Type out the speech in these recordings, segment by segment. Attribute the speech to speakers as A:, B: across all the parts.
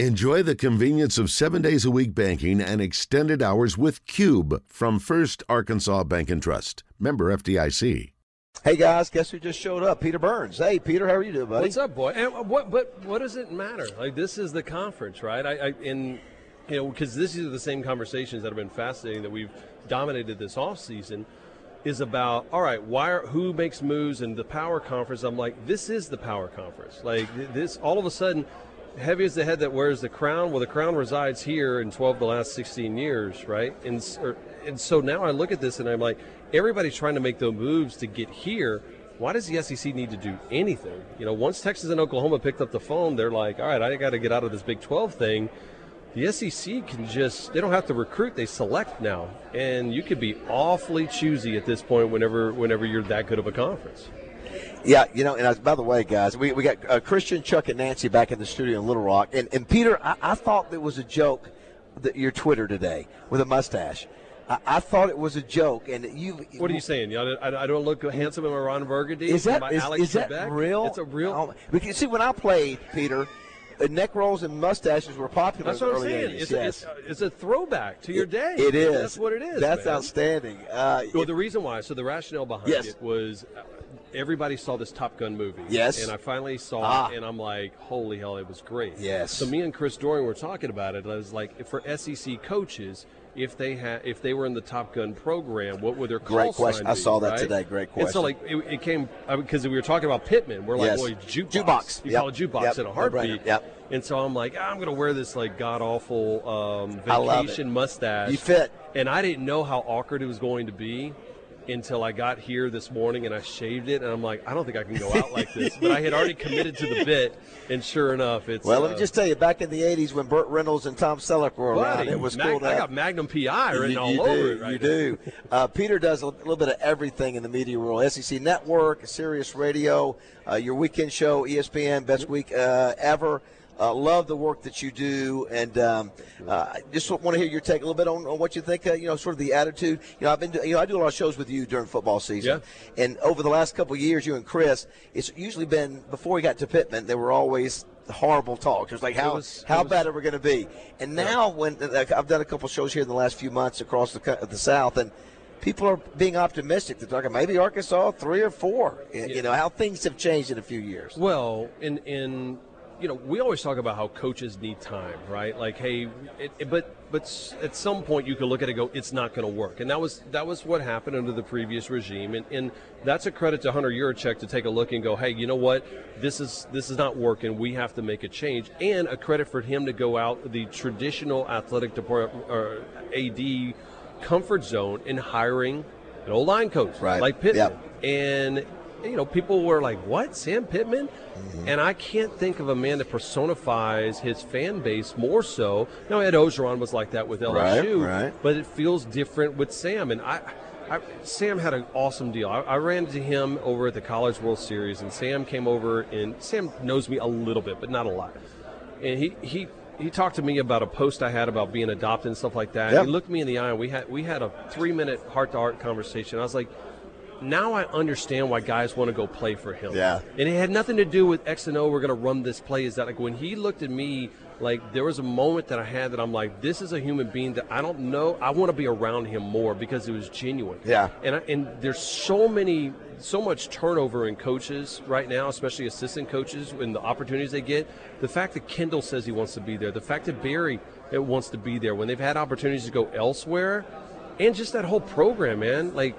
A: Enjoy the convenience of seven days a week banking and extended hours with Cube from First Arkansas Bank and Trust. Member FDIC.
B: Hey guys, guess who just showed up? Peter Burns. Hey Peter, how are you doing, buddy?
C: What's up, boy? And what? But what does it matter? Like this is the conference, right? I, I in you know because these are the same conversations that have been fascinating that we've dominated this off season. Is about all right. Why are who makes moves and the power conference? I'm like, this is the power conference. Like th- this, all of a sudden, heavy is the head that wears the crown. Well, the crown resides here in 12 of the last 16 years, right? And s- or, and so now I look at this and I'm like, everybody's trying to make those moves to get here. Why does the SEC need to do anything? You know, once Texas and Oklahoma picked up the phone, they're like, all right, I got to get out of this Big 12 thing. The SEC can just, they don't have to recruit, they select now. And you could be awfully choosy at this point whenever whenever you're that good of a conference.
B: Yeah, you know, and I, by the way, guys, we, we got uh, Christian, Chuck, and Nancy back in the studio in Little Rock. And, and Peter, I, I thought it was a joke that your Twitter today with a mustache. I, I thought it was a joke, and you.
C: What are you saying? You know, I, I don't look handsome in my Ron Burgundy?
B: Is
C: Am I
B: that is,
C: Alex
B: is that
C: Trebek?
B: real?
C: It's a real.
B: Oh, because see, when I played, Peter, uh, neck rolls and mustaches were popular.
C: That's
B: in
C: what
B: the
C: I'm
B: early
C: saying.
B: 80s,
C: It's,
B: yes.
C: a, it's, a, it's a throwback to your day.
B: It is.
C: That's what it is.
B: That's
C: man.
B: outstanding. Uh,
C: Well, the reason why, so the rationale behind
B: Yes.
C: it was uh, everybody saw this Top Gun movie.
B: Yes.
C: And I finally saw
B: Ah.
C: it, and I'm like, holy hell, it was great.
B: Yes.
C: So me and Chris Doring were talking about it, and I was like, for SEC coaches, if they had, if they were in the Top Gun program, what would their call
B: Great question.
C: sign
B: I
C: be,
B: saw that
C: right?
B: today. Great
C: And so,
B: question.
C: like, it, it came because we were talking about Pittman. We're like,
B: Yes.
C: well, it's jukebox.
B: Jukebox.
C: You
B: Yep.
C: call it jukebox
B: Yep.
C: in a heartbeat.
B: No-brainer. Yep.
C: And so I'm like, "Ah, I'm going to wear this like god awful um,
B: I love it.
C: vacation mustache.
B: You fit.
C: And I didn't know how awkward it was going to be until I got here this morning and I shaved it. And I'm like, I don't think I can go out like this. But I had already committed to the bit. And sure enough, it's.
B: well, let
C: uh,
B: me just tell you, back in the '80s when Burt Reynolds and Tom Selleck were around,
C: buddy,
B: it was
C: Mag-
B: cool. To
C: I
B: have-
C: got Magnum PI written
B: you,
C: all
B: you
C: over
B: do,
C: it right
B: you
C: now.
B: do. Uh, Peter does a little bit of everything in the media world: SEC Network, Sirius Radio, uh, your weekend show, ESPN, best week uh, ever. Uh, love the work that you do, and um, uh, just want to hear your take a little bit on, on what you think. Uh, you know, sort of the attitude. You know, I've been, do, you know, I do a lot of shows with you during football season, and over the last couple of years, you and Chris, it's usually been before we got to Pittman, there were always horrible talks. It was like how
C: was-
B: how
C: it was-
B: bad that we're going to be. And now, when like, I've done a couple shows here in the last few months across the co- the South, and people are being optimistic. They're talking maybe Arkansas three or four. Y- You know how things have changed in a few years.
C: Well, in in you know, we always talk about how coaches need time, right? Like, hey, it, it- but but s- at some point you can look at it and go, it's not going to work, and that was that was what happened under the previous regime, and, and that's a credit to Hunter Yurichek to take a look and go, hey, you know what, this is this is not working. We have to make a change, and a credit for him to go out the traditional athletic department or AD comfort zone in hiring an old line coach
B: Right.
C: like Pittman
B: Yep.
C: and you know people were like what sam pittman
B: Mm-hmm.
C: and i can't think of a man that personifies his fan base more so now ed ogeron was like that with lsu
B: Right, right.
C: but it feels different with sam and i I, Sam had an awesome deal. I, I ran into him over at the College World Series, and Sam came over, and Sam knows me a little bit, but not a lot. And he he, he talked to me about a post I had about being adopted and stuff like that.
B: Yep.
C: He looked me in the eye, and we had we had a three minute heart to heart conversation. I was like, now I understand why guys want to go play for him.
B: Yeah.
C: And it had nothing to do with X and O, we're going to run this play. Is that like when he looked at me, like there was a moment that I had that I'm like, this is a human being that I don't know. I want to be around him more because it was genuine.
B: Yeah.
C: And, I, and there's so many, so much turnover in coaches right now, especially assistant coaches, and the opportunities they get. The fact that Kendall says he wants to be there, the fact that Barry eh, wants to be there, when they've had opportunities to go elsewhere, and just that whole program, man, like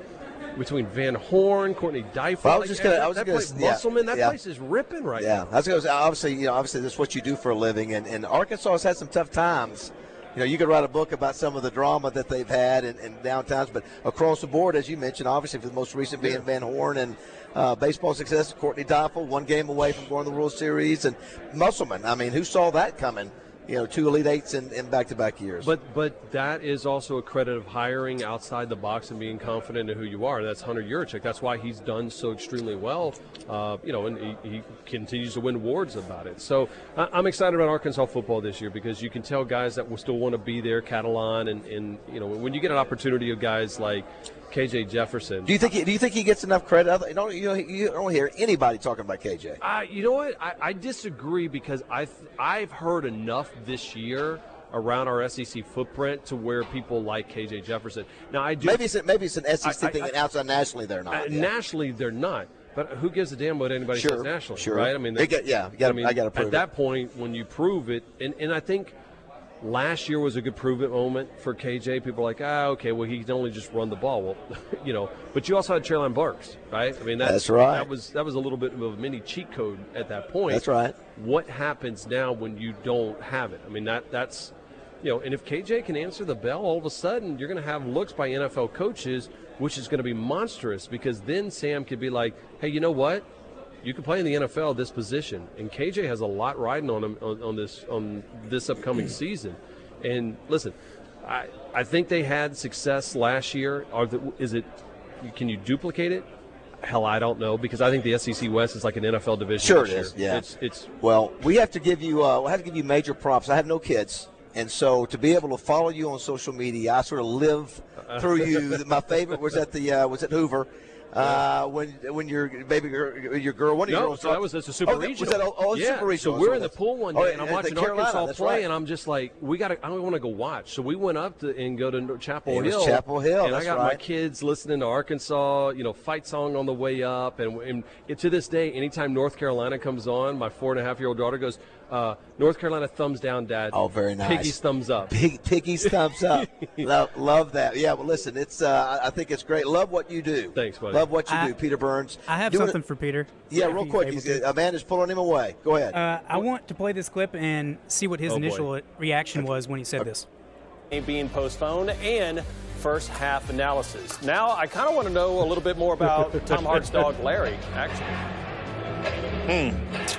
C: between Van Horn, Courtney Dyfer.
B: Well, I was
C: like,
B: just gonna-
C: that,
B: I was
C: that
B: gonna
C: place,
B: s- yeah,
C: Musselman, that
B: yeah.
C: place is ripping right now.
B: Yeah, that's what I was, obviously you know obviously that's what you do for a living, and, and Arkansas has had some tough times. You know, you could write a book about some of the drama that they've had in, in downtowns, but across the board, as you mentioned, obviously for the most recent being Van Horn and uh, baseball success, Courtney Doffel, one game away from going to the World Series, and Musselman. I mean, who saw that coming? You know, two Elite Eights in in back to back years.
C: But but that is also a credit of hiring outside the box and being confident in who you are. That's Hunter Yurichek. That's why he's done so extremely well. Uh, you know, and he, he continues to win awards about it. So I, I'm excited about Arkansas football this year because you can tell guys that will still want to be there. Catalan and, and you know when you get an opportunity of guys like KJ Jefferson.
B: Do you think he, do you think he gets enough credit? I don't you, know, you don't hear anybody talking about KJ.
C: Uh, you know what? I, I disagree because I th- I've heard enough this year around our SEC footprint to where people like KJ Jefferson. Now I do
B: Maybe it's a- maybe it's an SEC
C: I- I-
B: thing,
C: I-
B: and outside nationally they're
C: uh,
B: not. yeah.
C: nationally they're not. But who gives a damn what anybody
B: Sure,
C: says nationally,
B: sure.
C: right? I mean,
B: They get- yeah, you gotta- I gotta prove
C: at that point when you prove it, and, and I think last year was a good prove it moment for KJ. People are like, ah, okay, well he can only just run the ball, well, you know. But you also had Traylon Burks, right? I mean, that,
B: That's right.
C: That was that was a little bit of a mini cheat code at that point.
B: That's right.
C: What happens now when you don't have it? I mean, that that's you know, and if KJ can answer the bell, all of a sudden you're going to have looks by NFL coaches, which is going to be monstrous because then Sam could be like, hey, you know what? You can play in the NFL this position, and KJ has a lot riding on him on, on this on this upcoming season. And listen, I I think they had success last year. Are the, is it? Can you duplicate it? Hell, I don't know because I think the SEC West is like an NFL division.
B: Sure
C: this
B: it is,
C: year.
B: yeah.
C: it's it's
B: Well, we have to give you. Uh, I have to give you major props. I have no kids, and so to be able to follow you on social media, I sort of live
C: Uh-huh.
B: through you. My favorite was at the uh, was at Hoover. Uh, when when your baby girl, your girl, one of your
C: No,
B: girls.
C: so that was that's a super
B: oh, that-
C: regional.
B: Was that, oh, oh,
C: yeah.
B: super regional.
C: So we're in the pool one day,
B: Oh,
C: and
B: at
C: I'm
B: the
C: watching
B: Carolina,
C: Arkansas
B: that's
C: play,
B: right.
C: and I'm just like, we got to. I want to go watch. So we went up to and go to Chapel
B: It was
C: Hill.
B: Chapel Hill,
C: and
B: that's
C: I got my
B: right.
C: kids listening to Arkansas, you know, fight song on the way up, and, and it- to this day, anytime North Carolina comes on, my four and a half year old daughter goes, uh, "North Carolina thumbs down, Dad."
B: Oh, very nice.
C: Piggy's thumbs up.
B: Pig, piggy's thumbs up. love, love that. Yeah. Well, listen, it's. Uh, I I think it's great. Love what you do.
C: Thanks, buddy.
B: Love what you
D: I-
B: do, Peter Burns.
D: I have
B: Do it-
D: something for Peter.
B: Yeah,
D: if
B: real
D: he's
B: quick.
D: able
B: He's,
D: to.
B: uh, Amanda's pulling him away. Go ahead.
D: Uh, I want to play this clip and see what his
C: Oh, boy.
D: initial reaction was when he said this.
E: being postponed and first half analysis. Now, I kind of want to know a little bit more about Tom Hart's dog, Larry, actually.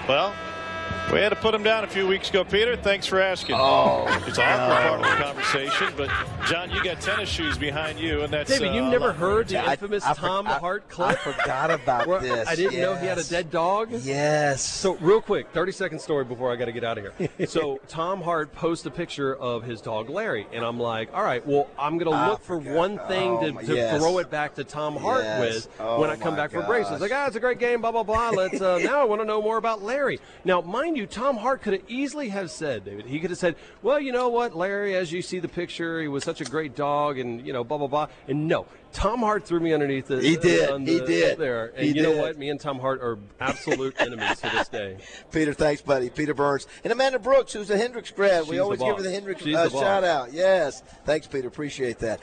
F: Well, we had to put him down a few weeks ago, Peter. Thanks for asking. Oh, it's an awkward part of the conversation. But John, you got tennis shoes behind you, and that's
C: David, you
F: uh,
C: never heard the
B: I-
C: infamous
B: I for-
C: Tom
B: I-
C: Hart
B: I
C: clip?
B: forgot about
C: where
B: this.
C: I didn't know he had a
B: Yes.
C: dead dog.
B: Yes.
C: So real quick, 30 second story before I got to get out of here. So Tom Hart posts a picture of his dog Larry, and I'm like, all right, well, I'm gonna look for one thing
B: Oh,
C: to,
B: my-
C: to
B: yes.
C: throw it back to Tom Hart
B: Yes.
C: with
B: Oh,
C: when I come
B: my
C: back from breaks.
B: gosh.
C: It's like, ah, it's a great game, blah blah blah. Let's uh, now I want to know more about Larry. Now, mind you, Tom Hart could have easily have said, David, he could have said, well, you know what, Larry, as you see the picture, he was such a great dog, and you know, blah blah blah. And no, Tom Hart threw me underneath the.
B: He did.
C: on
B: He
C: the-
B: did.
C: There, and
B: He
C: you
B: did.
C: know what? Me and Tom Hart are absolute enemies to this day.
B: Peter, thanks, buddy. Peter Burns. And Amanda Brooks, who's a Hendricks grad.
C: She's
B: we
C: the
B: always give her
C: boss.
B: the Hendricks
C: She's
B: uh,
C: the boss.
B: shout out. Yes. Thanks, Peter. Appreciate that.